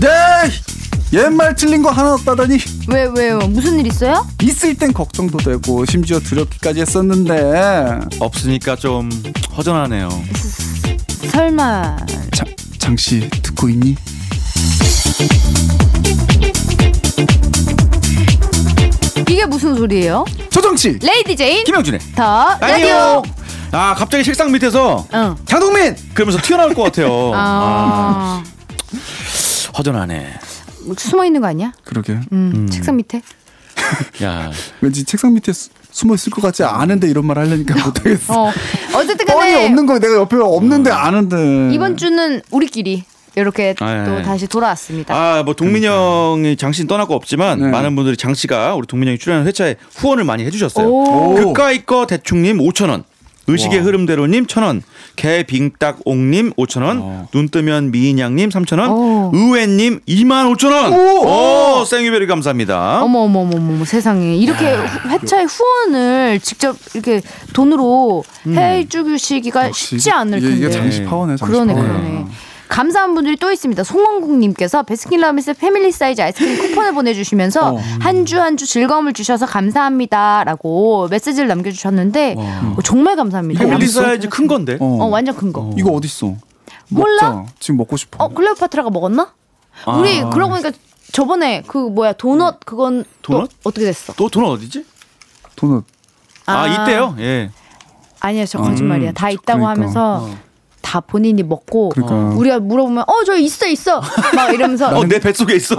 네! 옛말 틀린 거 하나 없다더니 왜 왜요? 무슨 일 있어요? 있을 땐 걱정도 되고 심지어 두렵기까지 했었는데 없으니까 좀 허전하네요. 설마 장, 장씨 듣고 있니? 이게 무슨 소리예요? 조정치 레이디 제인 김영준의 더 라디오. 아 갑자기 책상 밑에서 응. 장동민 그러면서 튀어나올 것 같아요. 아, 아, 뭐 허전하네. 숨어 있는 거 아니야? 그러게 음, 책상 밑에. 야 왠지 책상 밑에 수- 숨어 있을 것 같지 않은데 이런 말 하려니까 못하겠어 음. 어. 어쨌든 뻔히 간에 없는 거 내가 옆에 없는데 아는데 이번 주는 우리끼리 이렇게 아, 또 예. 다시 돌아왔습니다. 아, 뭐 동민이 형이 장씨는 떠날 거 없지만 네. 많은 분들이 장씨가 우리 동민이 형이 출연한 회차에 후원을 많이 해주셨어요. 오. 그까이 거 대충님 5천 원. 의식의 흐름대로님 천 원, 개빙딱옹님 5천 어. 원, 눈뜨면 미인양님 3천 오. 원, 의외님 2만 5천 원. 오, 생유베리 감사합니다. 어머 어머 어머 어머 세상에 이렇게 후- 회차의 후원을 직접 이렇게 돈으로 해주시기가 음. 역시 쉽지 이게- 않을 이게- 텐데. 이게 장시 파워네 장시 그러네 파워야. 그러네. 감사한 분들이 또 있습니다. 송원국님께서 베스킨라빈스 패밀리 사이즈 아이스크림 쿠폰을 보내주시면서 한 주 한 주 즐거움을 주셔서 감사합니다라고 메시지를 남겨주셨는데 어, 정말 감사합니다. 이거 우리 사이즈 큰 건데. 어. 어 완전 큰 거. 이거 어딨어 몰라? 먹자. 지금 먹고 싶어 어 클레오파트라가 먹었나? 우리 그러고 보니까 저번에 그 뭐야 도넛 그건 또 도넛? 어떻게 됐어? 또 돈 어디지? 도넛 아, 아. 이때요. 예. 아니야 저 거짓말이야 다 있다고 그러니까. 하면서 다 본인이 먹고 그러니까. 우리가 물어보면 어 저 있어 있어 막 이러면서 어, 내 뱃속에 있어.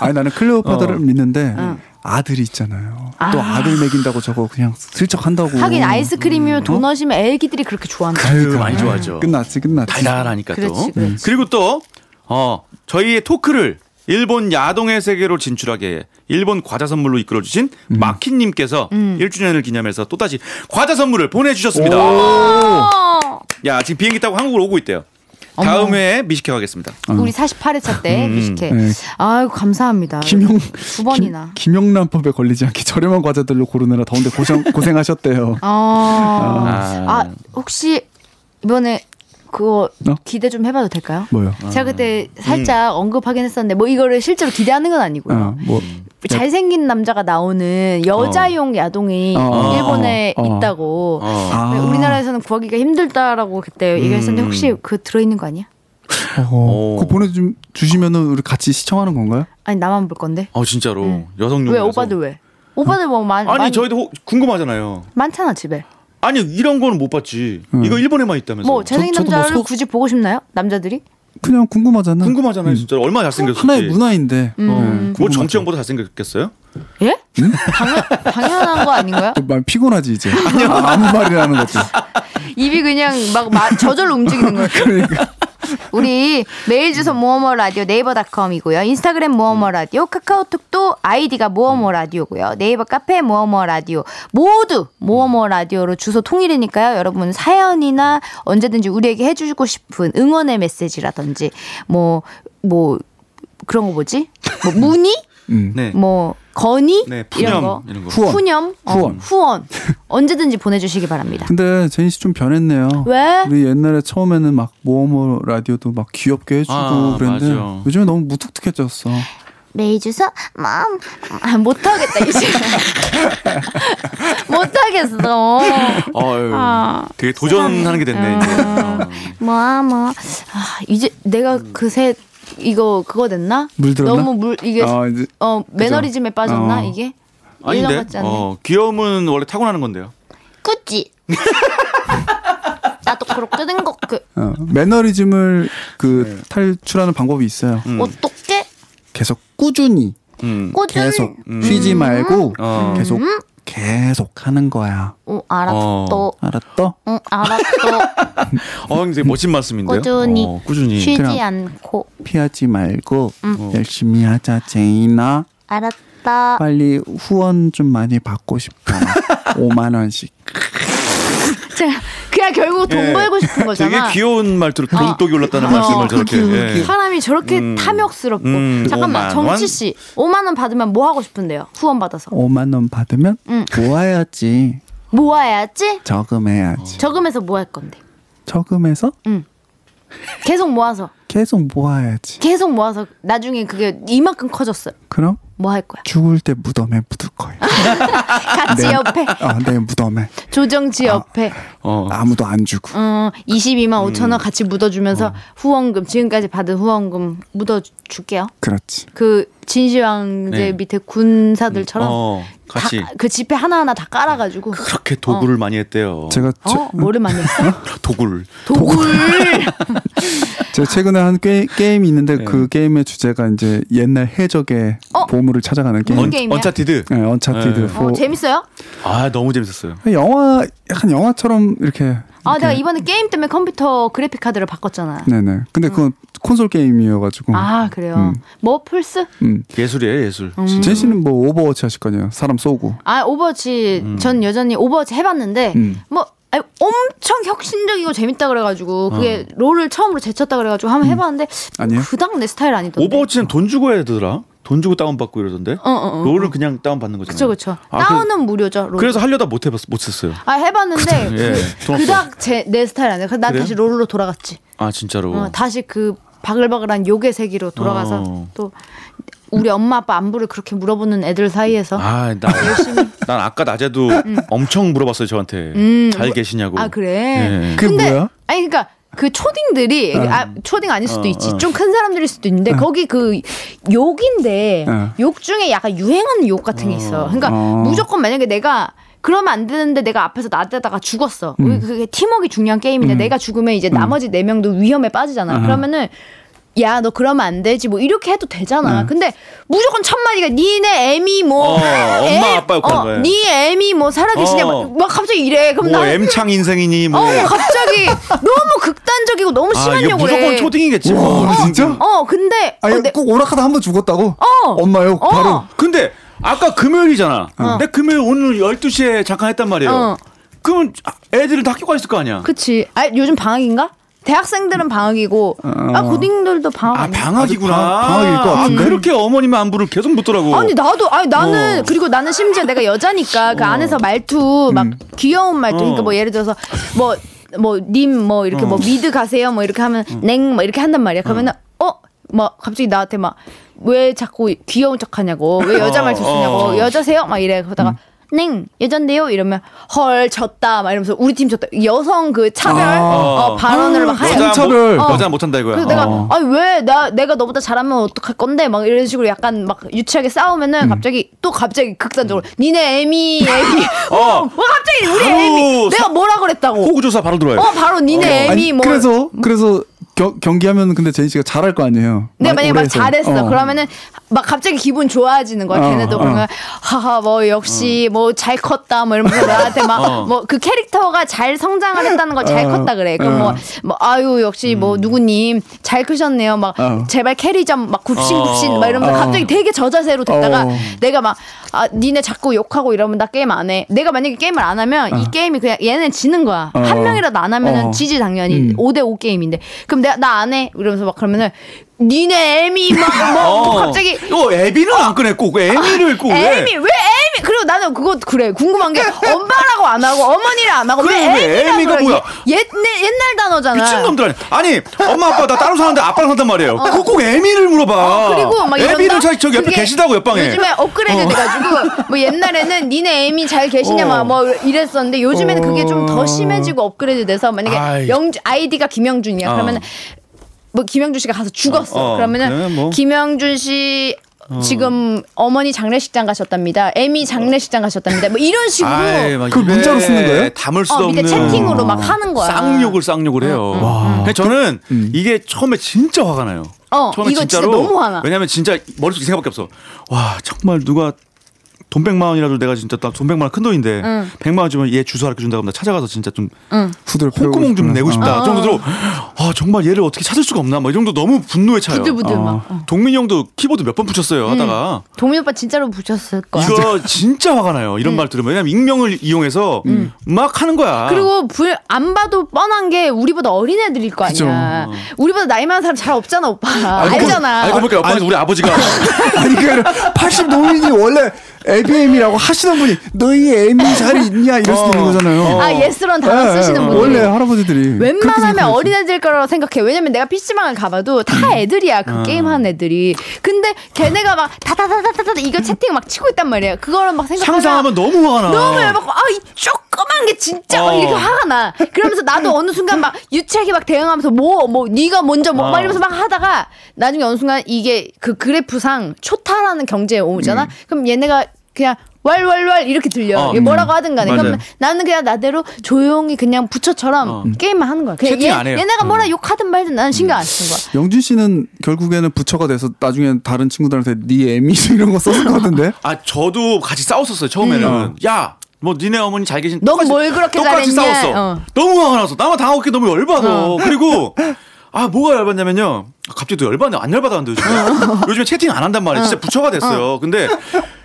아니 나는 어. 클레오파드를 믿는데 아들이 있잖아요 또 아들 먹인다고 저거 그냥 슬쩍 한다고 하긴 아이스크림이면 어? 도넛이면 애기들이 그렇게 좋아한다 아유, 많이 좋아하죠. 그러니까. 끝났지 끝났지 달달하니까 또. 그렇지, 그렇지. 그리고 또, 어, 저희의 토크를 일본 야동의 세계로 진출하게 일본 과자 선물로 이끌어주신 마키님께서 음. 1주년을 기념해서 또다시 과자 선물을 보내주셨습니다. 어, 야, 지금 비행기 타고 한국으로 오고 있대요. 다음 회에 미식회 가겠습니다. 우리 48회차 때 미식회 어. 네. 아유 감사합니다 김용 두 번이나 김, 김영란법에 걸리지 않게 저렴한 과자들로 고르느라 더운데 고생 고생하셨대요. 아, 아. 아 혹시 이번에 그거 어? 기대 좀 해봐도 될까요? 뭐요? 아. 음. 제가 그때 살짝 언급하긴 했었는데 뭐 이거를 실제로 기대하는 건 아니고요. 그 어, 뭐 잘생긴 남자가 나오는 여자용 야동이 어. 일본에 어. 있다고 네, 어. 아. 음. 우리나라에서는 구하기가 힘들다라고 그때 얘기했었는데 혹시 그 들어있는 거 아니야? 어, 오. 그거 보내 주시면은 우리 같이 시청하는 건가요? 아니 나만 볼 건데 어, 진짜로. 여성용. 음. 왜 오빠들 왜? 오빠들 뭐 많, 아니, 많- 저희도 혹- 궁금하잖아요. 많잖아 집에 아니, 이런 거는 못 봤지. 이거 일본에만 있다면서. 뭐 잘생긴 저도 뭐 남자를 소- 굳이 보고 싶나요? 남자들이? 그냥 궁금하잖아. 궁금하잖아요, 진짜. 로 얼마나 잘생겼을지. 하나의 문화인데. 음. 뭐 정치형보다 잘생겼겠어요? 예? 당연, 당연한 거 아닌가요? 많이 피곤하지 이제. 아, 아무 말이라는 것도. 입이 그냥 막 마- 저절로 움직이는 거예요 그러니까 우리 메일 음. 주소 모어머 라디오 네이버닷컴이고요. 인스타그램 모어머 라디오, 카카오톡도 아이디가 모어머 음. 라디오고요. 네이버 카페 모어머 라디오 모두 음. 모어머 라디오로 주소 통일이니까요. 여러분 사연이나 언제든지 우리에게 해주고 싶은 응원의 메시지라든지 뭐 뭐 그런 거 뭐지? 뭐 문의? 음. 네. 뭐 건의? 네, 푸념 이런 거. 이런 거. 후원. 후념? 어, 후원. 후원. 언제든지 보내주시기 바랍니다. 근데 제인 씨 좀 변했네요. 왜? 우리 옛날에 처음에는 막 모어모 라디오도 막 귀엽게 해주고 아, 그랬는데 맞아. 요즘에 너무 무뚝뚝해졌어. 메일 주소 맘 아, 못하겠다 이제 못하겠어 아유, 아, 되게 도전하는 게 됐네. 이제. 뭐뭐 아, 이제 내가 그새 이거 그거 됐나 물 들었나? 너무 물 이게 아, 이제 어 매너리즘에 빠졌나 어. 이게 어. 아닌데, 일어났지 않네 어, 귀여움은 원래 타고나는 건데요. 꾸찌 나도 그렇게 된거그 어, 매너리즘을 그 네. 탈출하는 방법이 있어요. 어떻게 계속 꾸준히 음. 꾸준히 음. 계속 쉬지 말고 어. 계속 계속 하는 거야. 어, 알았어 어. 알았어? 응 알았어 어, 굉장히 멋진 말씀인데요. 꾸준히. 어, 꾸준히. 쉬지 그냥- 않고 피하지 말고 음. 어. 열심히 하자 제인아. 알았다 빨리 후원 좀 많이 받고 싶어. 5만 원씩. 제가 그냥 결국 돈 예. 벌고 싶은 되게 거잖아 귀여운 말투로 돈독이 올랐다는 어. 그 말씀을 저렇게. 예. 사람이 저렇게 탐욕스럽고 음, 잠깐만 오만 원? 정치 씨 5만 원 받으면 뭐 하고 싶은데요? 후원 받아서 5만 원 받으면 음. 모아야지. 모아야지 저금해야지. 저금해서 뭐 할 건데? 저금해서 응. 계속 모아서 계속 모아야지. 계속 모아서 나중에 그게 이만큼 커졌어요. 그럼 뭐 할 거야? 죽을 때 무덤에 묻을 거예요. 같이 네. 옆에 아, 내 무덤에 조정지 옆에 어. 아무도 안 주고. 어, 음. 22만 5천 원 같이 묻어주면서 후원금 지금까지 받은 후원금 묻어줄게요. 그렇지. 그 진시황제 네. 밑에 군사들처럼 어, 같이 그렇죠. 다, 어. 그 지폐 하나하나 다 깔아가지고 그렇게 도굴을 많이 했대요. 제가 어? 제, 뭐를 많이 했어? 도굴. 도굴 제가 최근에 한 게, 임이 있는데 그 게임의 주제가 이제 옛날 해적의 어? 보물을 찾아가는 게임. 무슨 언, 게임이야? 언차티드. 네, 언차티드 네. 4. 어, 재밌어요? 아 너무 재밌었어요. 영화 약간 영화처럼 이렇게. 아 이렇게. 내가 이번에 게임 때문에 컴퓨터 그래픽 카드를 바꿨잖아. 음. 네네. 근데 그건 콘솔 게임이어가지고. 아 그래요. 음. 뭐 플스? 음. 예술이에요 예술. 음. 제 씨는 뭐 오버워치 하실 거냐? 사람 쏘고. 아 오버워치 음. 전 여전히 오버워치 해봤는데 음. 뭐 아니, 엄청 혁신적이고 재밌다 그래가지고 그게 어. 롤을 처음으로 제쳤다 그래가지고 한번 해봤는데 아니에요? 그닥 내 스타일 아니던데. 오버워치는 돈 주고 해야 되더라. 돈 주고 다운 받고 이러던데. 어, 어, 어. 롤은 그냥 다운 받는 거잖아요. 그쵸 그쵸. 아, 그- 다운은 무료죠. 롤. 그래서 하려다 못 해봤 못 했어요. 아 해봤는데 그- 예, 돈 그, 닥 제, 내 스타일 아니야. 그래서 난 그래요? 다시 롤로 돌아갔지. 아 진짜로. 어, 다시 그 바글바글한 욕의 세계로 돌아가서 어. 또 우리 엄마 아빠 안부를 그렇게 물어보는 애들 사이에서 아, 나, 난 아까 낮에도 엄청 물어봤어요, 저한테. 잘 음. 계시냐고. 아 그래. 예. 그게 뭐야? 아니 그러니까 그 초딩들이 아 초딩 아닐 수도 어, 있지. 어. 좀 큰 사람들일 수도 있는데 거기 그 욕인데 어. 욕 중에 약간 유행하는 욕 같은 게 있어. 그러니까 어. 무조건 만약에 내가 그러면 안 되는데 내가 앞에서 나대다가 죽었어. 음. 우리 그게 팀워크 중요한 게임인데 내가 죽으면 이제 나머지 네 명도 위험에 빠지잖아. 음. 그러면은 야 너 그러면 안 되지 뭐 이렇게 해도 되잖아. 근데 무조건 첫 마디가 니네 애미 뭐 음. 어, 엄마, 아빠 욕하는 거예요. 네 애미 뭐 살아계시냐 어. 막 갑자기 이래. 그럼 뭐 나 M창 인생이니 뭐. 어 갑자기 너무 극단적이고 너무 아, 심한 이게 욕을 무조건 해. 초딩이겠지. 뭐. 와, 진짜? 어 근데 아니 어, 내- 꼭 오락하다 한 번 죽었다고? 어. 엄마요? 어. 바로. 근데 아까 그 금요일이잖아. 내 금요일 오늘 12시에 잠깐 했단 말이에요. 어. 그러면 아, 애들은 다 학교 가 있을 거 아니야. 그치. 아 요즘 방학인가? 대학생들은 방학이고 아 고딩들도 방학 어. 아, 아니야? 방학이구나. 방- 방학일 것 같은데? 아, 그렇게 어머님의 안부를 계속 묻더라고. 아니 나도 아니 나는 어. 그리고 나는 심지어 내가 여자니까 그 안에서 말투 막 귀여운 말투 그러니까 음. 어. 뭐 예를 들어서 뭐 뭐 님 뭐 이렇게 뭐 미드 가세요 뭐 이렇게 하면 어. 냉 뭐 이렇게 한단 말이야 그러면은 어막 갑자기 나한테 막 왜 자꾸 귀여운 척하냐고 왜 여자 어, 말투 쓰냐고 어. 음. 여자세요 막 이래 그러다가 냉 여잔데요 이러면 헐 졌다 막 이러면서 우리 팀 졌다 여성 그 차별 아. 어, 발언을 막 하여 여자 못- 성차별. 여자 못한다 이거야. 그래서 어. 내가 아니 왜 나 내가 너보다 잘하면 어떡할 건데 막 이런 식으로 약간 막 유치하게 싸우면은 갑자기 또 갑자기 극단적으로 니네 애미 애미 어, 어. 갑자기 우리 바로 애미 내가 뭐라 그랬다고 호구조사 바로 들어와요. 어 바로 니네 애미 아니, 뭐 그래서 그래서 겨- 경기하면 근데 제인 씨가 잘할 거 아니에요. 내가 마- 네, 만약에 오래 막 해서. 잘했어 어. 그러면은 막 갑자기 기분 좋아지는 거야 어, 걔네도 어. 그러면 하하 뭐 역시 뭐 잘 컸다 뭐 이러면서 나한테 막 어. 뭐 그 캐릭터가 잘 성장을 했다는 걸 잘 어, 컸다 그래 그럼 어. 음. 뭐, 뭐 아유 역시 뭐 누구님 잘 크셨네요 막 어. 제발 캐리 좀 막 굽신굽신 어. 막 이러면서 어. 갑자기 되게 저자세로 됐다가 어. 내가 막 아 니네 자꾸 욕하고 이러면 나 게임 안 해 내가 만약에 게임을 안 하면 이 게임이 그냥 얘는 지는 거야 어. 한 명이라도 안 하면은 어. 지지 당연히 음. 오 5대5 게임인데 그럼 내가 나 안 해 이러면서 막 그러면은 니네 애미 막뭐 뭐 갑자기 어, 애비는 안 꺼냈고 그 애미를 꼭 왜? 애미 왜 애미 그리고 나는 그거 그래 궁금한 게 엄마라고 안 하고 어머니를 안 하고 그래, 왜 왜 애미라고 애미가 그래? 뭐야? 옛, 옛- 옛날 단어잖아 미친놈들 아니 아니 엄마 아빠 나 따로 사는데 아빠랑 산단 말이에요 그거 꼭 애미를 물어봐 어. 그리고 막 이런다? 애미는 저- 저기 옆에 그게 계시다고 옆방에 요즘에 업그레이드 돼가지고 뭐 옛날에는 니네 애미 잘 계시냐 어. 막 뭐 이랬었는데 요즘에는 그게 좀 더 어. 심해지고 업그레이드 돼서 만약에 아이. 영주 아이디가 김영준이야 어. 그러면은 뭐 김영준 씨가 가서 죽었어 어, 어. 그러면은 그러면 뭐. 어. 김영준 씨 지금 어머니 장례식장 가셨답니다. 애미 장례식장 가셨답니다. 뭐 이런 식으로 아이, 막 그걸 입에 문자로 쓰는 거예요? 네. 담을 수 어, 밑에 없는 채팅으로 막 하는 거야. 쌍욕을 쌍욕을 해요 근데 저는 이게 처음에 진짜 화가 나요 어, 처음에 이거 진짜 진짜로 너무 화나. 왜냐면 진짜 머릿속에 이 생각밖에 없어 와 정말 누가 돈 100만 원이라도 내가 진짜 나돈 100만 원 큰 돈인데 100만 원 주면 얘 주소 알려준다고 하면 나 찾아가서 진짜 좀 후들 콧구멍 좀 내고 싶다. 어. 이 정도로 아 정말 얘를 어떻게 찾을 수가 없나. 막이 정도 너무 분노에 차요. 부들부들 음. 막. 어. 동민이 형도 키보드 몇 번 붙였어요 하다가 동민 오빠 진짜로 부셨을 거야. 이거 진짜 화가 나요. 이런 말 들으면 왜냐면 익명을 이용해서 막 하는 음. 거야. 그리고 불, 안 봐도 뻔한 게 우리보다 어린 애들일 거 아니야. 우리보다 나이 많은 사람 잘 없잖아, 오빠. 알고 보- 알잖아. 알고 보니까 옆방에서 우리 아버지가 아니 그 80 노인이 원래 애, 애비 애미라고 하시던 분이 너희 애미 잘 있냐 이럴 수도 어, 있는 거잖아요. 아, 예스런 단어 예, 예. 쓰시는 분들. 원래 할아버지들이 그렇게 웬만하면 생각하죠. 어린애들 거라고 생각해. 왜냐면 내가 PC방을 가봐도 다 애들이야. 그 게임하는 애들이. 근데 걔네가 막 다다다다다다 이거 채팅 막 치고 있단 말이야. 그거를 막 생각하면 상상하면 너무 화가 나. 너무 열받고 아 이 조그만 게 진짜 막 어. 이렇게 화가 나. 그러면서 나도 어느 순간 막 유치하게 막 대응하면서 뭐 뭐 네가 먼저 뭐 어. 막 이러면서 막 하다가 나중에 어느 순간 이게 그 그래프상 초타라는 경제에 오잖아. 그럼 얘네가 그냥 왈왈왈 이렇게 들려. 음. 어. 이게 뭐라고 하든 간에. 맞아요. 그러면 나는 그냥 나대로 조용히 그냥 부처처럼 어. 게임만 하는 거야. 그냥 채팅 안 해요. 음. 얘네가 뭐라 욕하든 말든 나는 신경 안 쓰는 거야. 영준 씨는 결국에는 부처가 돼서 나중에 다른 친구들한테 네 애미 이런 거 썼을 것 같은데. 아 저도 같이 싸웠었어요 처음에는. 야. 뭐 니네 어머니 잘 계신 넌 똑같이- 뭘 그렇게 똑같이 잘했냐? 싸웠어. 어. 너무 화가 나서 나만 당하고 너무 열받아. 그리고 아 뭐가 열받냐면요. 아, 갑자기 또 열받네. 안 열받았는데 어. 요즘에. 요즘에 채팅 안 한단 말이에요. 진짜 부처가 됐어요. 근데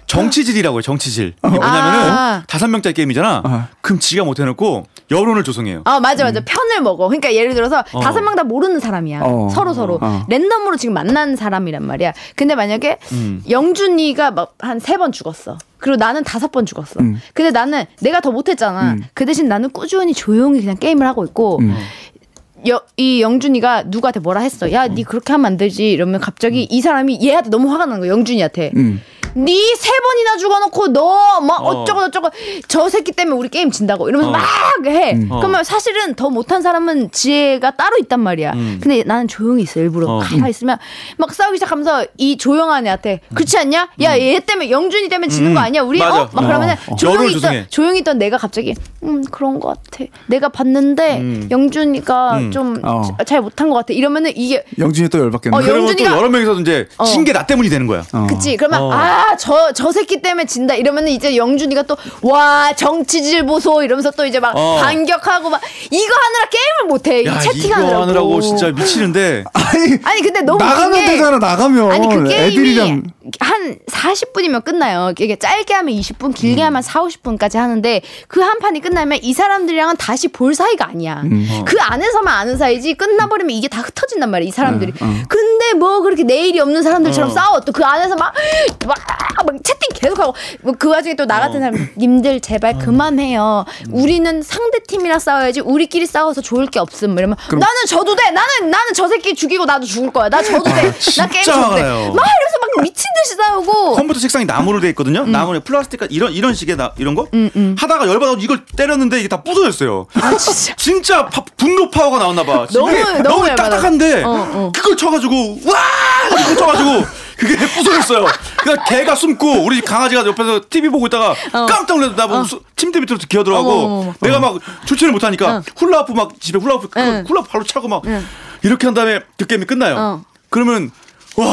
정치질이라고 해요. 정치질. 이게 아. 뭐냐면은 다섯 명짜리 게임이잖아. 아. 그럼 지가 못 해놓고 여론을 조성해요. 아 맞아 맞아 편을 먹어. 그러니까 예를 들어서 어. 다섯 명 다 모르는 사람이야. 음. 어. 서로 서로 어. 랜덤으로 지금 만난 사람이란 말이야. 근데 만약에 음. 영준이가 막 한 세 번 죽었어. 그리고 나는 다섯 번 죽었어. 음. 근데 나는 내가 더 못했잖아. 그 대신 나는 꾸준히 조용히 그냥 게임을 하고 있고. 음. 여, 이 영준이가 누구한테 뭐라 했어? 야, 니 그렇게 하면 안 되지. 이러면 갑자기 이 사람이 얘한테 너무 화가 나는 거야. 영준이한테. 음. 니 세 번이나 죽어놓고 너 막 어. 어쩌고 저쩌고 저 새끼 때문에 우리 게임 진다고 이러면서 어. 막 해. 어. 그러면 사실은 더 못한 사람은 지혜가 따로 있단 말이야. 음. 근데 나는 조용히 있어 일부러 어. 가만히 있으면 막 싸우기 시작하면서 이 조용한 애한테 그렇지 않냐? 야 얘 때문에 영준이 때문에 지는 거 아니야? 우리 음. 맞아. 어? 막 그러면은 어, 어. 조용히 여론을 있던 조성해. 조용히 있던 내가 갑자기 음 그런 거 같아. 내가 봤는데 영준이가 음. 좀 잘 어. 못한 거 같아. 이러면은 이게 영준이 또 열받겠네. 어, 영- 그러면 또 영준이가- 여러 명이서 이제 어. 신게 나 때문이 되는 거야. 어. 그치 그러면 어. 아 저 저 새끼 때문에 진다 이러면은 이제 영준이가 또 와 정치질 보소 이러면서 또 이제 막 어. 반격하고 막 이거 하느라 게임을 못해 이 야 이거 채팅하느라고 어. 하느라고 진짜 미치는데 아니, 아니 근데 너무 나가면 웃긴 게 되잖아 나가면 아니 그 게임이 애들이랑 한 40분이면 끝나요. 이게 짧게 하면 20분, 길게 음. 하면 4, 50분까지 하는데 그 한 판이 끝나면 이 사람들이랑은 다시 볼 사이가 아니야. 음. 어. 그 안에서만 아는 사이지 끝나버리면 이게 다 흩어진단 말이야. 이 사람들이. 음, 근데 뭐 그렇게 내일이 없는 사람들처럼 어. 싸워. 또 그 안에서 막, 막, 막 채팅 계속하고 뭐그 와중에 또 어. 나 같은 사람 님들 제발 그만해요. 음. 우리는 상대 팀이랑 싸워야지 우리끼리 싸워서 좋을 게 없음. 이러면 나는 저도 돼. 나는 나는 저 새끼 죽이고 나도 죽을 거야. 나 저도 돼. 나 진짜 게임 저도 돼. 막 화나요. 이러면서 막 미친 듯이 싸우고. 컴퓨터 책상이 나무로 돼 있거든요. 음. 나무에 플라스틱 같- 이런 이런 식의 나, 이런 거 하다가 열받아서 이걸 때렸는데 이게 다 부서졌어요. 아 진짜. 진짜 파- 분노 파워가 나왔나 봐. 너무- 이게 너무 너무 열받아서. 딱딱한데 어, 어. 그걸 쳐가지고 와 이렇게 쳐가지고 그게 부서졌어요. 그러니까 개가 숨고 우리 강아지가 옆에서 TV 보고 있다가 깜짝 놀라서 나 보고 수- 침대 밑으로 기어 들어가고 어. 어머, 어머, 어머. 내가 막 조치를 못하니까 훌라후프 막 집에 훌라후프 그거 응. 훌라후프 바로 차고 막 응. 이렇게 한 다음에 그 게임이 끝나요. 어. 그러면 와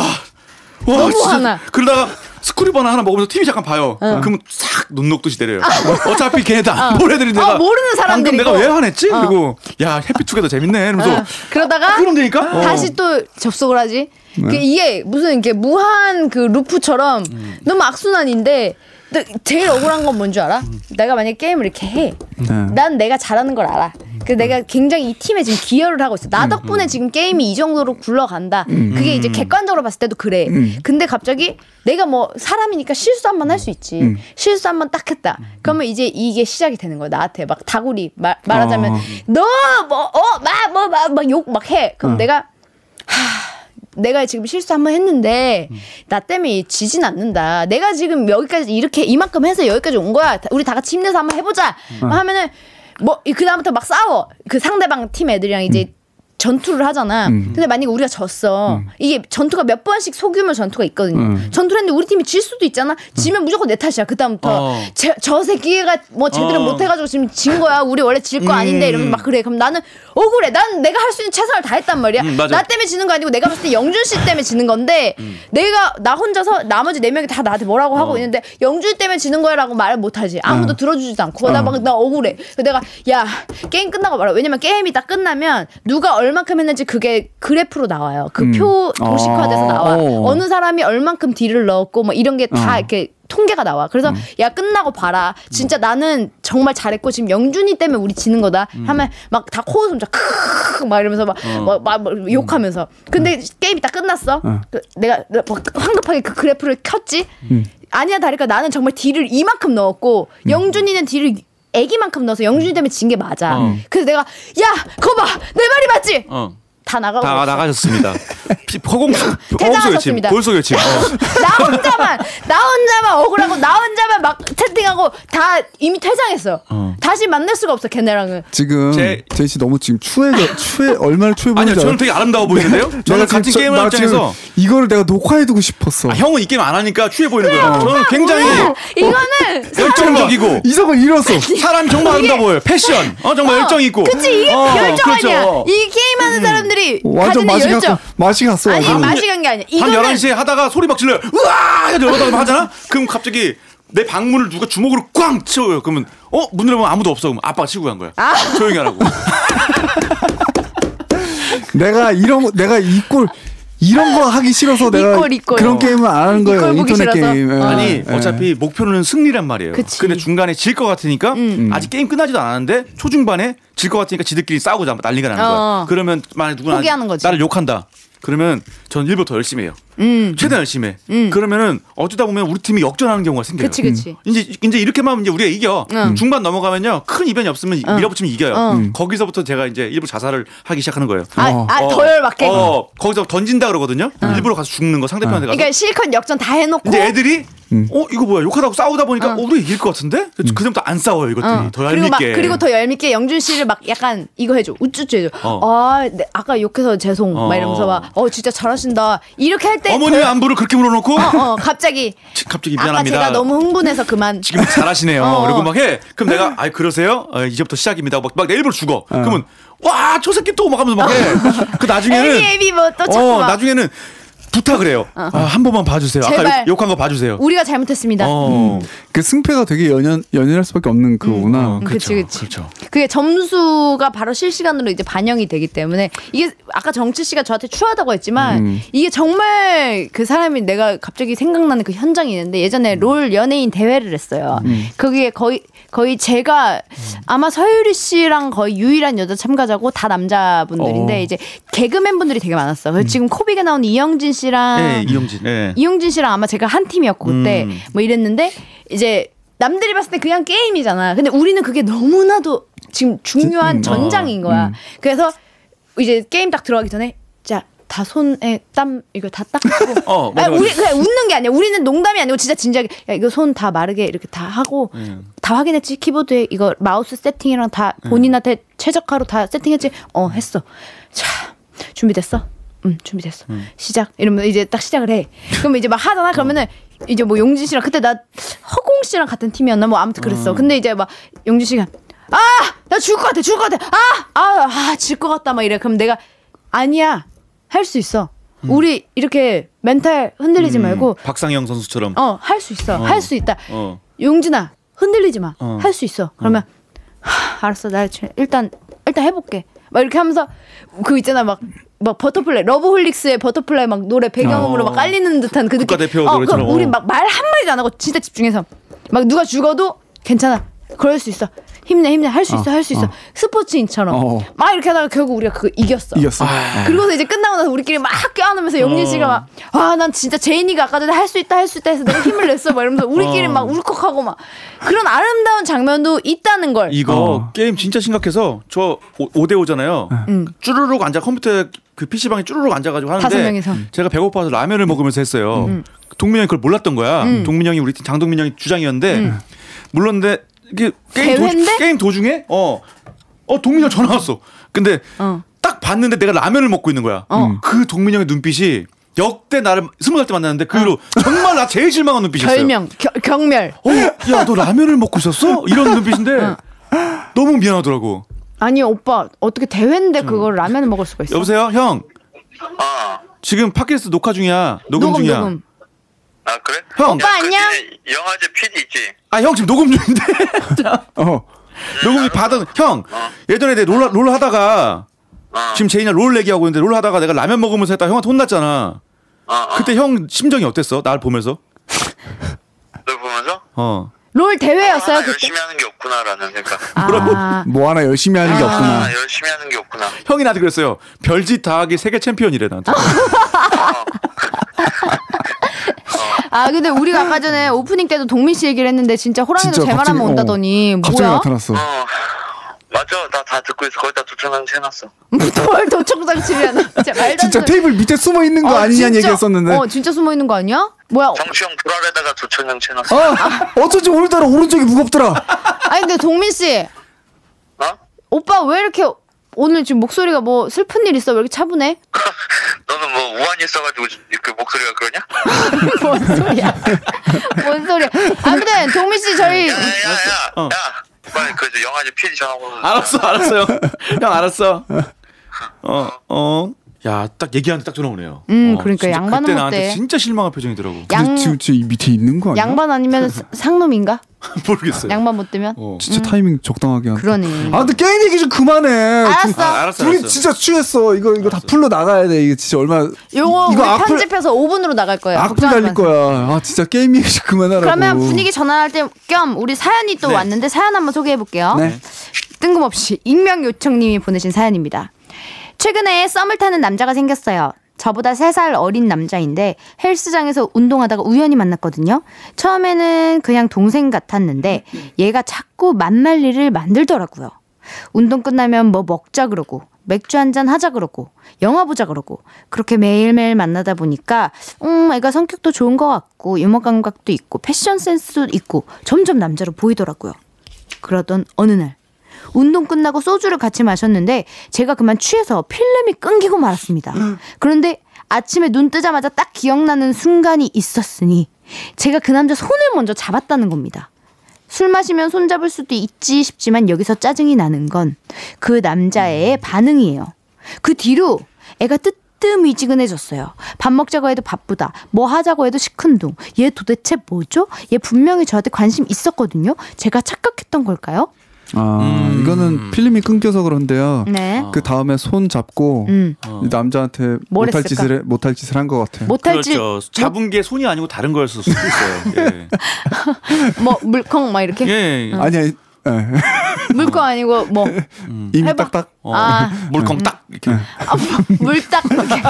와, 너무 진짜. 화나. 그러다가 스크류바나 하나 먹으면서 TV 잠깐 봐요. 그럼 싹 눈녹듯이 때려요. 어차피 걔네 다안 보내들이 내가 아, 모르는 사람들이고. 방금 내가 왜 화냈지? 그리고 야 해피투게더 재밌네. 이러면서 어. 그러다가 아, 그럼 되니까? 어. 네. 다시 또 접속을 하지. 그 이게 무슨 이게 무한 그 루프처럼 음. 너무 악순환인데 근데 제일 억울한 건 뭔 줄 알아? 내가 만약 에 게임을 이렇게 해. 네. 난 내가 잘하는 걸 알아. 그 내가 굉장히 이 팀에 지금 기여를 하고 있어. 음. 나 덕분에 지금 게임이 이 정도로 굴러간다. 그게 이제 객관적으로 봤을 때도 그래. 음. 근데 갑자기 내가 뭐 사람이니까 실수 한 번 할 수 있지. 음. 실수 한 번 딱 했다. 그러면 이제 이게 시작이 되는 거야. 나한테 막 다구리 말, 말하자면 어. 너 뭐, 뭐어막뭐막욕막 해. 그럼 내가 내가 지금 실수 한 번 했는데 나 때문에 지진 않는다. 내가 지금 여기까지 이렇게 이만큼 해서 여기까지 온 거야. 우리 다 같이 힘내서 한번 해보자. 뭐 하면은 뭐그 다음부터 막 싸워. 그 상대방 팀 애들이랑 이제 전투를 하잖아. 근데 만약에 우리가 졌어. 이게 전투가 몇 번씩 소규모 전투가 있거든요. 전투를 했는데 우리 팀이 질 수도 있잖아. 지면 무조건 내 탓이야. 그 다음부터 어. 제- 저 새끼가 뭐 제대로 어. 못해가지고 지금 진 거야. 우리 원래 질 거 아닌데 이러면 막 그래. 그럼 나는 억울해. 난 내가 할 수 있는 최선을 다했단 말이야. 음, 맞아. 나 때문에 지는 거 아니고 내가 봤을 때 영준 씨 때문에 지는 건데 내가 나 혼자서 나머지 네 명이 다 나한테 뭐라고 하고 있는데 영준 때문에 지는 거야라고 말을 못하지. 아무도 들어주지도 않고 나 막 나 억울해. 그래서 내가 야 게임 끝나고 말아. 왜냐면 게임이 딱 끝나면 누가 얼만큼 했는지 그게 그래프로 나와요. 그 표 도식화돼서 아, 나와. 오. 어느 사람이 얼만큼 딜을 넣었고 뭐 이런 게 다 어. 이렇게 통계가 나와. 그래서 음. 야 끝나고 봐라. 진짜 나는 정말 잘했고 지금 영준이 때문에 우리 지는 거다. 음. 하면 막 다 코웃음 자 크으 막 이러면서 막, 어. 막, 막, 막 음. 음. 욕하면서. 근데 게임이 다 끝났어. 그 내가 막 황급하게 그 그래프를 켰지. 아니야 다를까 나는 정말 딜을 이만큼 넣었고 영준이는 딜을 애기만큼 넣어서 영준이 때문에 진 게 맞아. 어. 그래서 내가 야 거봐 내 말이 맞지? 어. 다 나가고 다 있어. 나가셨습니다. 피- 허공 허공소 외침, 퇴장하셨습니다. 골소 외침. 어. 나 혼자만 나 혼자만 억울하고 나 혼자만 막 채팅하고 다 이미 퇴장했어요. 어. 다시 만날 수가 없어 걔네랑은. 지금 제- 제이 씨 너무 지금 추해져 추해 얼마나 추해 보이지 아니요, 저는 않아요? 되게 아름다워 보이는데요. 저는 내가 같은 지금 저- 게임을 나 할 입장에서 어. 지금 이거를 내가 녹화해두고 싶었어. 아, 형은 이 게임 안 하니까 취해 보이는 거예요. 아, 저는 굉장히 어. 오늘 이거는 열정적이고 이성을 잃었어. 사람 정말 아름다워요. 패션, 어 정말 열정 있고. 그치 이게 어, 열정 그렇죠. 아니야. 어. 이 게임하는 사람들이 완전 가지는 맛이 열정. 갔어. 맛이 갔어. 아니 완전. 맛이 간 게 아니야. 밤 이거는 음. 11시에 하다가 소리 막 질러요. 우와! 해서 열받아서 하잖아? 그럼 갑자기 내 방문을 누가 주먹으로 꽝 치워요. 그러면, 어? 문 열면 아무도 없어. 그럼 아빠가 치고 간 거야. 조용히 하라고. 내가 이런 내가 이 꼴 이런 거 하기 싫어서 내가 꼴, 이 꼴. 그런 어. 게임을 안 하는 이 거예요. 꼴 보기 인터넷 싫어서? 게임. 예. 아니, 예. 어차피 목표는 승리란 말이에요. 그치. 음. 근데 중간에 질 것 같으니까 음. 아직 게임 끝나지도 않았는데 초중반에 질 것 같으니까 지들끼리 싸우고 자- 난리가 나는 거야. 어. 그러면 만약에 누구나 포기하는 거지. 나를 욕한다. 그러면 전 일부러 더 열심히 해요. 음. 최대한 열심히 해. 그러면은 어쩌다 보면 우리 팀이 역전하는 경우가 생겨요. 음. 그치 그치. 이제 이제 이렇게만 하면 이제 우리가 이겨. 음. 중반 넘어가면요. 큰 이변이 없으면 밀어붙이면 이겨요. 음. 거기서부터 제가 이제 일부 자살을 하기 시작하는 거예요. 어. 아더 어, 열받게. 어, 거기서 던진다 그러거든요. 일부러 가서 죽는 거 상대편한테 가서. 그러니까 실컷 역전 다 해놓고 이제 애들이 어 이거 뭐야 욕하다고 싸우다 보니까 어, 우리 이길 것 같은데 그다음부터 안 싸워요 이것들이 어. 더 그리고 얄밉게 막 그리고 더 얄밉게 영준 씨를 막 약간 이거 해줘 우쭈쭈 해줘 어. 아 네, 아까 욕해서 죄송 어. 막 이러면서 막어 진짜 잘하신다 이렇게 할 때 어머니 의 안부를 그렇게 물어놓고 어, 어, 갑자기 치- 갑자기 아까 미안합니다 제가 너무 흥분해서 그만 지금 잘하시네요 어. 그리고 막해 그럼 내가 아 그러세요 아, 이제부터 시작입니다 막, 막 내일부로 죽어 그러면 와 저 새끼 또 막 하면서 막해그 나중에는 애비 애비 뭐 또 자꾸 어 막 어. 나중에는 부탁을 해요 아, 한 번만 봐주세요 아까 제발. 욕, 욕한 거 봐주세요 우리가 잘못했습니다. 음. 어 그 승패가 되게 연연 연연할 수밖에 없는 그거구나. 음, 그치, 그치. 그렇죠 그게 점수가 바로 실시간으로 이제 반영이 되기 때문에 이게 아까 정치 씨가 저한테 추하다고 했지만 음. 이게 정말 그 사람이 내가 갑자기 생각나는 그 현장이 있는데 음. 예전에 롤 연예인 대회를 했어요. 거기에 거의 거의 제가 음. 아마 서유리 씨랑 거의 유일한 여자 참가자고 다 남자분들인데 어. 이제 개그맨 분들이 되게 많았어. 그래서 지금 코빅에 나오는 이영진 씨랑 음. 네 이영진 네. 이용진 씨랑 아마 제가 한 팀이었고 그때 음. 뭐 이랬는데 이제 남들이 봤을 때 그냥 게임이잖아. 근데 우리는 그게 너무나도 지금 음, 아. 중요한 전장인 거야. 그래서 이제 게임 딱 들어가기 전에 자. 다 손에 땀 이거 다 닦고 어, 맞아, 아니, 맞아. 우리 그냥 웃는 게 아니야 우리는 농담이 아니고 진짜 진지하게 야 이거 손 다 마르게 이렇게 다 하고 다 확인했지 키보드에 이거 마우스 세팅이랑 다 본인한테 최적화로 다 세팅했지 어 했어 자 준비됐어? 응, 준비됐어. 시작. 이러면 이제 딱 시작을 해. 그럼 이제 막 하잖아. 그러면은 이제 뭐 용진 씨랑 그때 나 허공 씨랑 같은 팀이었나 뭐 아무튼 그랬어. 근데 이제 막 용진 씨가 아! 나 죽을 것 같아. 죽을 것 같아. 아! 아! 아! 질 것 같다. 막 이래. 그럼 내가 아니야. 할 수 있어. 우리 이렇게 멘탈 흔들리지 음. 말고 박상영 선수처럼 어, 할 수 있어. 할 수 있다. 어. 용진아, 흔들리지 마. 어. 할 수 있어. 그러면 하, 알았어. 나 지- 일단 일단 해 볼게. 막 이렇게 하면서 그 있잖아 막 막 버터플라이 러브홀릭스의 버터플라이 막 노래 배경음으로 어. 막 깔리는 듯한 그 느낌. 국가대표 어, 노래처럼. 그럼 우리 막 말 한마디도 안 하고 진짜 집중해서 막 누가 죽어도 괜찮아. 그럴 수 있어. 힘내 힘내 할 수 있어 할 수 있어. 스포츠인처럼 어. 막 이렇게 하다가 결국 우리가 그거 이겼어. 아, 이겼어. 아. 그리고서 이제 끝나고 나서 우리끼리 막 껴안으면서 영진 어. 씨가 막 와 난 진짜 제인이가 아까 전에 할 수 있다 할 수 있다 해서 내가 힘을 냈어 막 이러면서 우리끼리 막 울컥하고 막 그런 아름다운 장면도 있다는 걸 이거 어. 게임 진짜 심각해서 저 5대5잖아요. 쭈루룩 앉아 컴퓨터에 그 PC방에 쭈루룩 앉아가지고 음. 다섯 하는데 명이서. 음. 제가 배고파서 라면을 먹으면서 했어요. 음. 동민이 형이 그걸 몰랐던 거야. 음. 동민이 형이 우리 팀 장동민이 형이 주장이었는데 물론데 이게 게임, 대회인데? 도, 게임 도중에 어, 어 동민이 형 전화 왔어. 근데 어. 딱 봤는데 내가 라면을 먹고 있는 거야. 그 동민이 형의 눈빛이 역대 나를 스무 살 때 만났는데 어. 그 이후로 정말 나 제일 실망한 눈빛이었어요. 절명 겨- 경멸 어, 야, 너 라면을 먹고 있었어? 이런 눈빛인데 너무 미안하더라고. 아니 오빠 어떻게 대회인데 음. 그걸 라면을 먹을 수가 있어 여보세요, 형. 어. 지금 팟캐스트 녹화 중이야. 녹음, 중이야. 아 그래? 형. 야, 오빠, 그 어, 안녕. 니네 영화제 PD 있지? 아, 형 지금 녹음 중인데. 자, 어. 녹음 받은 형. 예전에 내가 롤, 롤 하다가 지금 제이랑 롤 얘기하고 있는데 롤 하다가 내가 라면 먹으면서 했다 형한테 혼났잖아. 그때 형 심정이 어땠어? 날 보면서? 널 보면서 어. 롤 대회였어요 아, 그때 열심히 하는 게 없구나라는 생각. 아, 뭐 하나 열심히 하는 게 없구나. 아, 열심히 하는 게 없구나. 형이 나한테 그랬어요. 별짓 다하기 세계 챔피언이래 나한테. 아 근데 우리가 아까 전에 오프닝 때도 동민 씨 얘기를 했는데 진짜 호랑이도 진짜 제 갑자기, 말하면 어, 온다더니 갑자기 뭐야? 나타났어. 어 맞아 나 다 듣고 있어 거의 다 도청장치 해놨어 뭘 도청장치면 진짜 말도 안 진짜 되는- 테이블 밑에 숨어 있는 거 어, 아니냐는 진짜- 얘기했었는데. 어 진짜 숨어 있는 거 아니야? 뭐야? 정치형 불알에다가 도청장치 해놨어 아, 어쩐지 오늘따라 오른쪽이 무겁더라. 아니 근데 동민 씨 어? 오빠 왜 이렇게 오늘 지금 목소리가 뭐 슬픈 일 있어? 왜 이렇게 차분해? 너는 뭐 우환이 있어가지고 그 목소리가 그러냐? 뭔 소리야? 뭔 소리야? 아무튼 동민 씨 저희 야야야야 어. 야 빨리 그 영화제 PD 전화고 알았어, 알았어, 형. 형, 알았어. 어, 어. 야, 딱 얘기하는데 딱 전화 오네요. 음, 어, 그러니까 진짜 양반은 그때 나한테 어때? 진짜 실망한 표정이더라고. 양- 근데 지금 저 밑에 있는 거 아니야? 양반 음. 아니면 사- 상놈인가? 모르겠어요. 양반 못 뜨면? 어. 진짜 타이밍 적당하게 한. 음. 그러네. 아, 근데 게임 얘기 좀 그만해. 알았어. 아, 알았어, 둘이 알았어. 진짜 취했어. 이거 이거 다 풀로 나가야 돼. 이거 진짜 얼마 요거 우리 악플- 편집해서 5분으로 나갈 거예요. 악플 걱정하지 달릴 마세요. 거야. 아, 진짜 게임 얘기 좀 그만하라고. 그러면 분위기 전환할 때 겸 우리 사연이 또 네. 왔는데 사연 한번 소개해 볼게요. 네. 뜬금없이 익명 요청님이 보내신 사연입니다. 최근에 썸을 타는 남자가 생겼어요. 저보다 3살 어린 남자인데 헬스장에서 운동하다가 우연히 만났거든요. 처음에는 그냥 동생 같았는데 얘가 자꾸 만말리를 만들더라고요. 운동 끝나면 뭐 먹자 그러고 맥주 한잔 하자 그러고 영화 보자 그러고 그렇게 매일매일 만나다 보니까 음 애가 성격도 좋은 것 같고 유머 감각도 있고 패션 센스도 있고 점점 남자로 보이더라고요. 그러던 어느 날 운동 끝나고 소주를 같이 마셨는데 제가 그만 취해서 필름이 끊기고 말았습니다. 그런데 아침에 눈 뜨자마자 딱 기억나는 순간이 있었으니 제가 그 남자 손을 먼저 잡았다는 겁니다. 술 마시면 손잡을 수도 있지 싶지만 여기서 짜증이 나는 건 그 남자의 반응이에요. 그 뒤로 애가 뜨뜸이지근해졌어요. 밥 먹자고 해도 바쁘다. 뭐 하자고 해도 시큰둥. 얘 도대체 뭐죠? 얘 분명히 저한테 관심 있었거든요. 제가 착각했던 걸까요? 아, 음. 이거는 필름이 끊겨서 그런데요. 네. 그 다음에 손 잡고 음. 어. 이 남자한테 뭘 못할 했을까? 뭐? 짓을 해- 못할 짓을 한 것 같아. 못할지 그렇죠. 잡은 게 손이 아니고 다른 거였을 수도 있어요. 뭐 물컹 막 예. 이렇게 예. 예. 아니야. 이- 예. 물컹 아니고 뭐 이미 해봐. 딱딱 어, 아. 물컹 딱 이렇게 아, 물딱 이렇게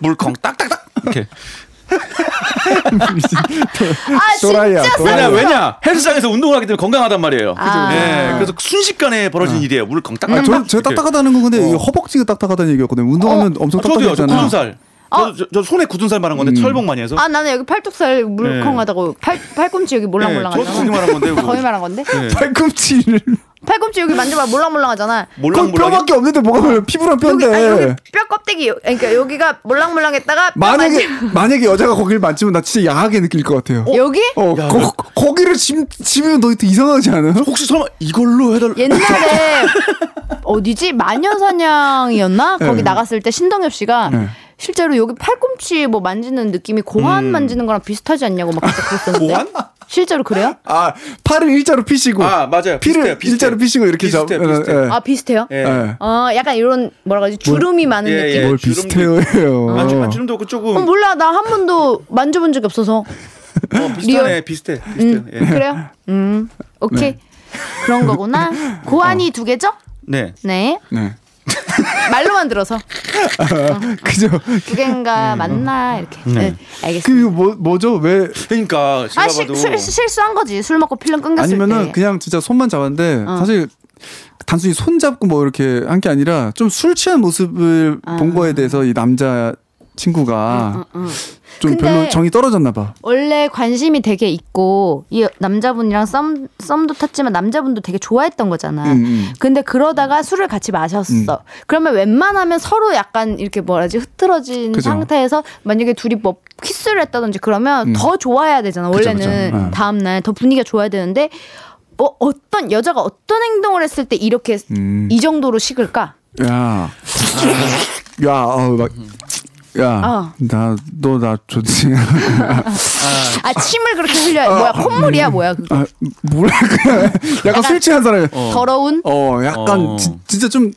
물컹 딱딱딱 이렇게 아 또라이야, 진짜 또라이야. 싸 왜냐 왜냐 헬스장에서 운동을 하기 때문에 건강하단 말이에요. 아. 예, 그래서 순식간에 벌어진 일이에요. 물컹 딱딱. 아, 저, 저 이렇게. 딱딱하다는 건 근데 이게 허벅지가 딱딱하다는 얘기였거든요. 운동하면 엄청 아, 저도요. 저 딱딱했잖아요. 굳은 살. 저, 저, 저 손에 굳은 살 말한 건데 철봉 많이 해서. 아 나는 여기 팔뚝살 물컹하다고 팔 팔꿈치 여기 예, 저도 거의 몰랑몰랑하잖아. 말한 건데. 거의 말한 건데 예. 팔꿈치를 팔꿈치 여기 만져봐 몰랑몰랑하잖아. 그 몰랑몰랑. 뼈밖에 없는데 뭐가 왜 피부랑 여기 아니, 여기 뼈인데. 뼈 껍데기 여- 그러니까 여기가 몰랑몰랑했다가 뼈 만약에 만지- 만약에 여자가 거기를 만지면 나 진짜 야하게 느낄 것 같아요. 여기 어, 거, 거기를 집, 집으면 너 이상하지 않아요? 혹시 설마 이걸로 해달라. 옛날에 어디지 마녀사냥이었나 거기 네. 나갔을 때 신동엽 씨가 네. 실제로 여기 팔꿈치 뭐 만지는 느낌이 음. 고환 만지는 거랑 비슷하지 않냐고 막 그때 그랬었는데 고환? 실제로 그래요? 아, 팔을 일자로 피시고. 아, 피를 맞아요. 비슷해요, 비슷해요. 일자로 피시고 이렇게 비슷해요, 잡. 비슷해요. 예. 아 비슷해요? 예. 예. 어 약간 이런 뭐라 그러지 주름이 많은 예, 느낌. 예. 뭘 주름도 비슷해요. 아, 주- 아, 주름도 없고 조금 어, 몰라 나 한 번도 만져본 적이 없어서 어, 비슷하네. 아, 리얼. 음. 네. 비슷해. 비슷해. 요 예. 그래요? 음 오케이 그런 거구나. 고환이 두 개죠? 네. 네 네. 말로만 들어서 그죠? 두 개인가 맞나 이렇게. 네. 알겠습니다. 그 뭐, 뭐죠? 왜 그러니까 제가 아 봐도 실- 실- 실수한 거지 술 먹고 필름 끊겼을 아니면은 때. 어. 그냥 진짜 손만 잡았는데 사실 단순히 손 잡고 뭐 이렇게 한 게 아니라 좀 술 취한 모습을 아. 본 거에 대해서 이 남자 친구가 좀 어, 근데- 별로 정이 떨어졌나 봐. 원래 관심이 되게 있고 이 남자분이랑 썸 썸도 탔지만 남자분도 되게 좋아했던 거잖아. 음, 음. 근데 그러다가 술을 같이 마셨어. 그러면 웬만하면 서로 약간 이렇게 뭐라지 흐트러진 그죠. 상태에서 만약에 둘이 뭐 키스를 했다든지 그러면 더 좋아야 되잖아. 음. 그죠, 원래는 그죠. 네. 다음 날 더 분위기가 좋아야 되는데 뭐 어떤 여자가 어떤 행동을 했을 때 이렇게 음. 이 정도로 식을까? 야, 야, 어우 막. 야, 어. 나, 너, 나 좋지. 아 침을 그렇게 흘려 뭐야 콧물이야 뭐야 그거 아, 뭐라, 그냥, 약간 술 취한 사람. 더러운 어, 약간, 어. 지- 진짜 좀,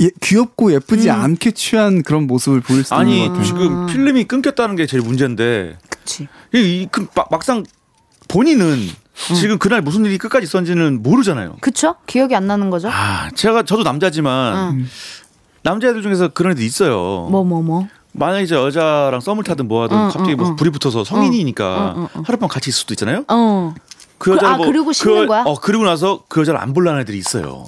예- 귀엽고 예쁘지 음. 않게 취한 그런 모습을 보일 수도 아니 있는 것 같아요. 지금 필름이 끊겼다는 게 제일 문제인데 그치. 이, 이, 그, 막- 막상 본인은 지금 그날 무슨 일이 끝까지 있었는지는 모르잖아요. 음. 그쵸? 기억이 안 나는 거죠? 아, 제가 저도 남자지만 남자애들 중에서 그런 애들 있어요. 음. 뭐 어, 뭐 뭐. 만약에 이제 여자랑 썸을 타든 뭐하든 응, 갑자기 응, 뭐 응. 불이 붙어서 성인이니까 응, 응, 응. 하룻밤 같이 있을 수도 있잖아요. 어. 그 그- 여자 아, 그리고 씹는 거야? 어 그리고 나서 그 여자를 안 볼라는 애들이 있어요.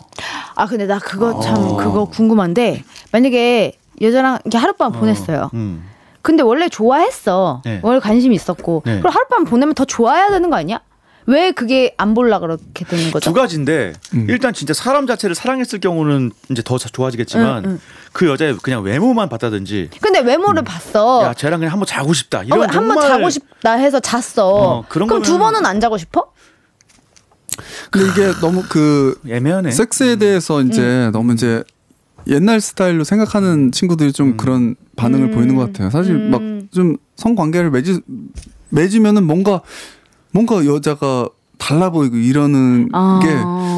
아 근데 나 그거 참 그거 궁금한데 만약에 여자랑 이렇게 하룻밤 보냈어요. 음. 근데 원래 좋아했어. 네. 원래 관심이 있었고. 네. 그럼 하룻밤 보내면 더 좋아해야 되는 거 아니야? 왜 그게 안 볼라 그렇게 되는 두 거죠? 가지인데 음. 일단 진짜 사람 자체를 사랑했을 경우는 이제 더 자- 좋아지겠지만 그 여자의 그냥 외모만 봤다든지 근데 외모를 봤어. 야 쟤랑 그냥 한번 자고 싶다 어, 이런 한번 정말 자고 싶다 해서 잤어. 어, 그럼 그런 두 거면은- 번은 안 자고 싶어? 근데 이게 너무 그 애매하네. 음. 섹스에 대해서 이제 너무 이제 옛날 스타일로 생각하는 친구들이 음. 좀 그런 반응을 보이는 것 같아요. 사실 막 좀 성관계를 맺으, 맺으면은 뭔가 뭔가 여자가 달라 보이고 이러는 아. 게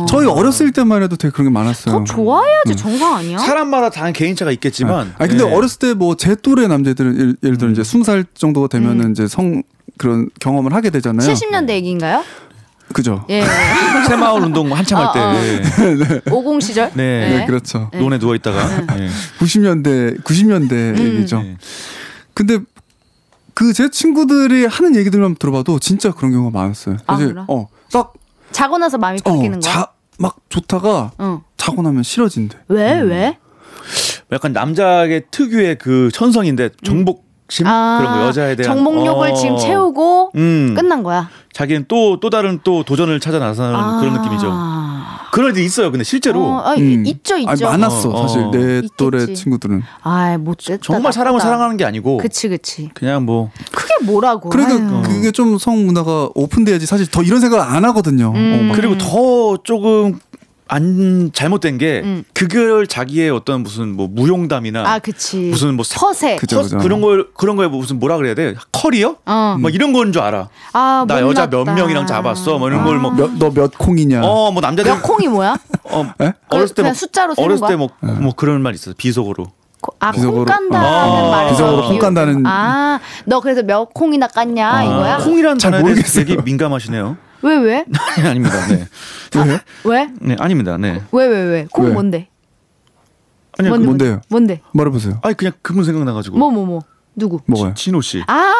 저희 어렸을 때만 해도 되게 그런 게 많았어요. 더 좋아해야지 음. 정상 아니야? 사람마다 당연 개인차가 있겠지만. 네. 아니 근데 예. 음. 어렸을 때 뭐 제 또래 남자들은 예를, 예를 들어 이제 스무 살 정도가 음. 되면은 이제 성 그런 경험을 하게 되잖아요. 70년대 얘기인가요? 그죠? 예. 새마을 운동 한참 어, 할 때. 어. 예. 50 시절? 네. 예. 네, 그렇죠. 논에 누워 있다가. 네. 90년대 90년대 음. 얘기죠. 네. 근데 그 제 친구들이 하는 얘기들만 들어봐도 진짜 그런 경우가 많았어요. 아, 사실 그래요? 어딱 자고 나서 마음이 바뀌는 어, 거야? 자, 막 좋다가 응. 자고 나면 싫어진대. 왜 왜? 약간 남자의 특유의 그 천성인데 정복심 음. 아, 그런 거 여자에 대한 정복욕을 어. 지금 채우고 음. 끝난 거야. 자기는 또 또 다른 또 도전을 찾아 나서는 그런 느낌이죠. 아. 그런 애들이 있어요. 근데 실제로 어, 아, 음. 있죠 아니, 있죠. 많았어 어, 사실 어. 내 있겠지. 또래 친구들은. 아이 못됐다. 정말 사람을 나쁘다. 사랑하는 게 아니고 그치 그치. 그냥 뭐 그게 뭐라고? 그러니까 아유. 그게 좀 성 문화가 오픈돼야지 사실 더 이런 생각을 안 하거든요. 음. 네, 어, 막 그리고 더 조금 안 잘못된 게 음. 그걸 자기의 어떤 무슨 뭐 무용담이나 아 그치. 무슨 뭐 사- 허세. 그- 그죠, 서- 그죠. 그런 걸 그런 거에 무슨 뭐라 그래야 돼 커리어? 어. 뭐 이런 건 줄 알아. 아, 나 여자 몇 못났다. 명이랑 잡았어. 뭐 이런 걸 뭐 몇, 너 몇 콩이냐? 어, 뭐 남자들 몇 콩이 뭐야? 어, 에? 네. 어렸을 그냥 때뭐 숫자로 세는 어렸을 거야? 때뭐 뭐 그런 말 있어. 비속어로. 코- 아, 비속어로- 콩 깐다는 어. 말에서 비속어로 콩 비웃음. 깐다는- 아, 너 그래서 몇 콩이나 깠냐 아, 아. 이거야? 콩이라는 잘 단어에 대해서 모르겠어요. 되게 민감하시네요. 왜 왜? 네, 아닙니다. 네. 왜요? 왜? 네, 아닙니다. 네. 왜 왜 왜? 콩 왜? 뭔데? 아니 뭔- 그, 뭔데요? 뭔데? 말해보세요. 아니 그냥 그분 생각나 가지고. 뭐 뭐 뭐? 누구? 뭐가요? 진호 씨. 아,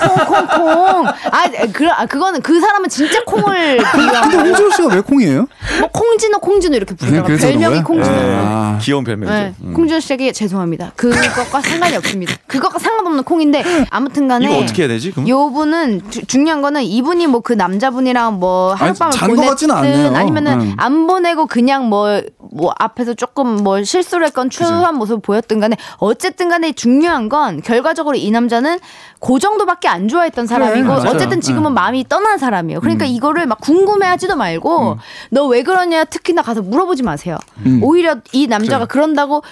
콩콩콩. 아, 그, 아, 그거는 그 사람은 진짜 콩을 근데 비유하고 홍지호 씨가 왜 콩이에요? 뭐 콩진호 콩진호 이렇게 그냥 부르잖아. 그래서 그런 그러니까 별명이 거야? 콩진호. 아. 네. 귀여운 별명이죠. 네, 음. 콩준호 씨에게 죄송합니다. 그것과 상관이 없습니다. 그것과 상관없는 콩인데 아무튼간에 이거 어떻게 해야 되지? 그럼? 네. 요 분은 주- 중요한 거는 이분이 뭐 그 남자분이랑 뭐 하룻밤을 잔것 같지는 않네요. 보냈든 아니면은 음. 안 보내고 그냥 뭐 뭐 앞에서 조금 뭐 실수를 했건 추한 모습을 보였든 간에 어쨌든 간에 중요한 건 결과적으로 이 남자는 그 정도밖에 안 좋아했던 사람이고 맞아요. 어쨌든 지금은 음. 마음이 떠난 사람이에요. 그러니까 이거를 막 궁금해하지도 말고 너 왜 그러냐 특히나 가서 물어보지 마세요. 오히려 이 남자가 그런다고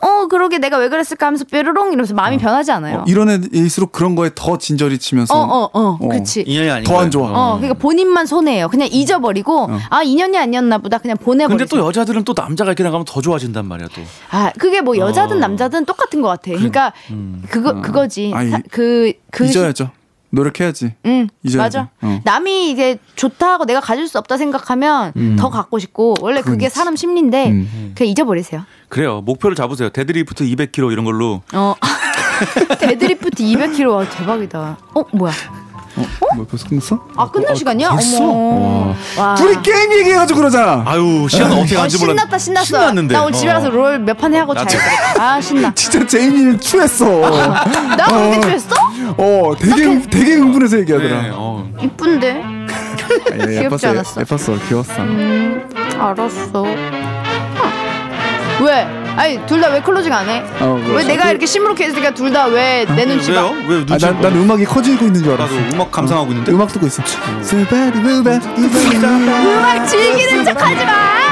어 그러게 내가 왜 그랬을까 하면서 뾰로롱 이러면서 마음이 변하지 않아요. 어, 이런 애일수록 그런 거에 더 진절이 치면서 어 어, 어, 어. 그치. 인연이 아닌 더안 좋아. 어, 그러니까 본인만 손해예요. 그냥 잊어버리고 아 인연이 아니었나 보다 그냥 보내버리고. 근데 또 여자들은 또 남자가 이렇게 나가면 더 좋아진단 말이야 또. 아 그게 뭐 여자든 어. 남자든 똑같은 것 같아. 그러니까 그거 그거지. 아니, 사- 그 그. 잊어야죠. 노력해야지. 응, 잊어야지. 맞아. 어. 남이 이제 좋다 하고 내가 가질 수 없다 생각하면 더 갖고 싶고 원래 그게 그렇지. 사람 심리인데 그냥 잊어버리세요. 그래요. 목표를 잡으세요. 데드리프트 200kg 이런 걸로. 어. 데드리프트 200kg 와 대박이다. 어 뭐야? 어? 뭐 벌써 끝났어? 아 끝날 시간이야? 벌써? 어머. 와. 둘이 게임 얘기해가지고 그러잖아. 아유 시간 어떻게 아, 간지 몰랐. 신났다 신났어. 신났는데. 나 오늘 집에 가서 어. 롤 몇 판 해하고 나 자야 돼. 아 신나. 진짜 제인이를 추했어. 나 그렇게 취했어? 어, 되게 응- 되게 흥분해서 얘기하더라. 아, 네, 어. 이쁜데. 예, 귀엽지 예뻤어, 않았어? 음. 예뻤어, 귀여웠어. 알았어. 왜? 아니 둘 다 왜 클로징 안 해? 어, 왜 그렇죠. 내가 이렇게 시무룩해 있으니까 둘 다 왜 내 눈치 왜요? 봐? 왜 눈치? 아, 난, 난 봐? 음악이 커지고 있는 줄 나도 알았어. 음악 감상하고 있는데. 음악 듣고 있어. 스바르, 스바르, 스바르. 음악 즐기는 척하지 마.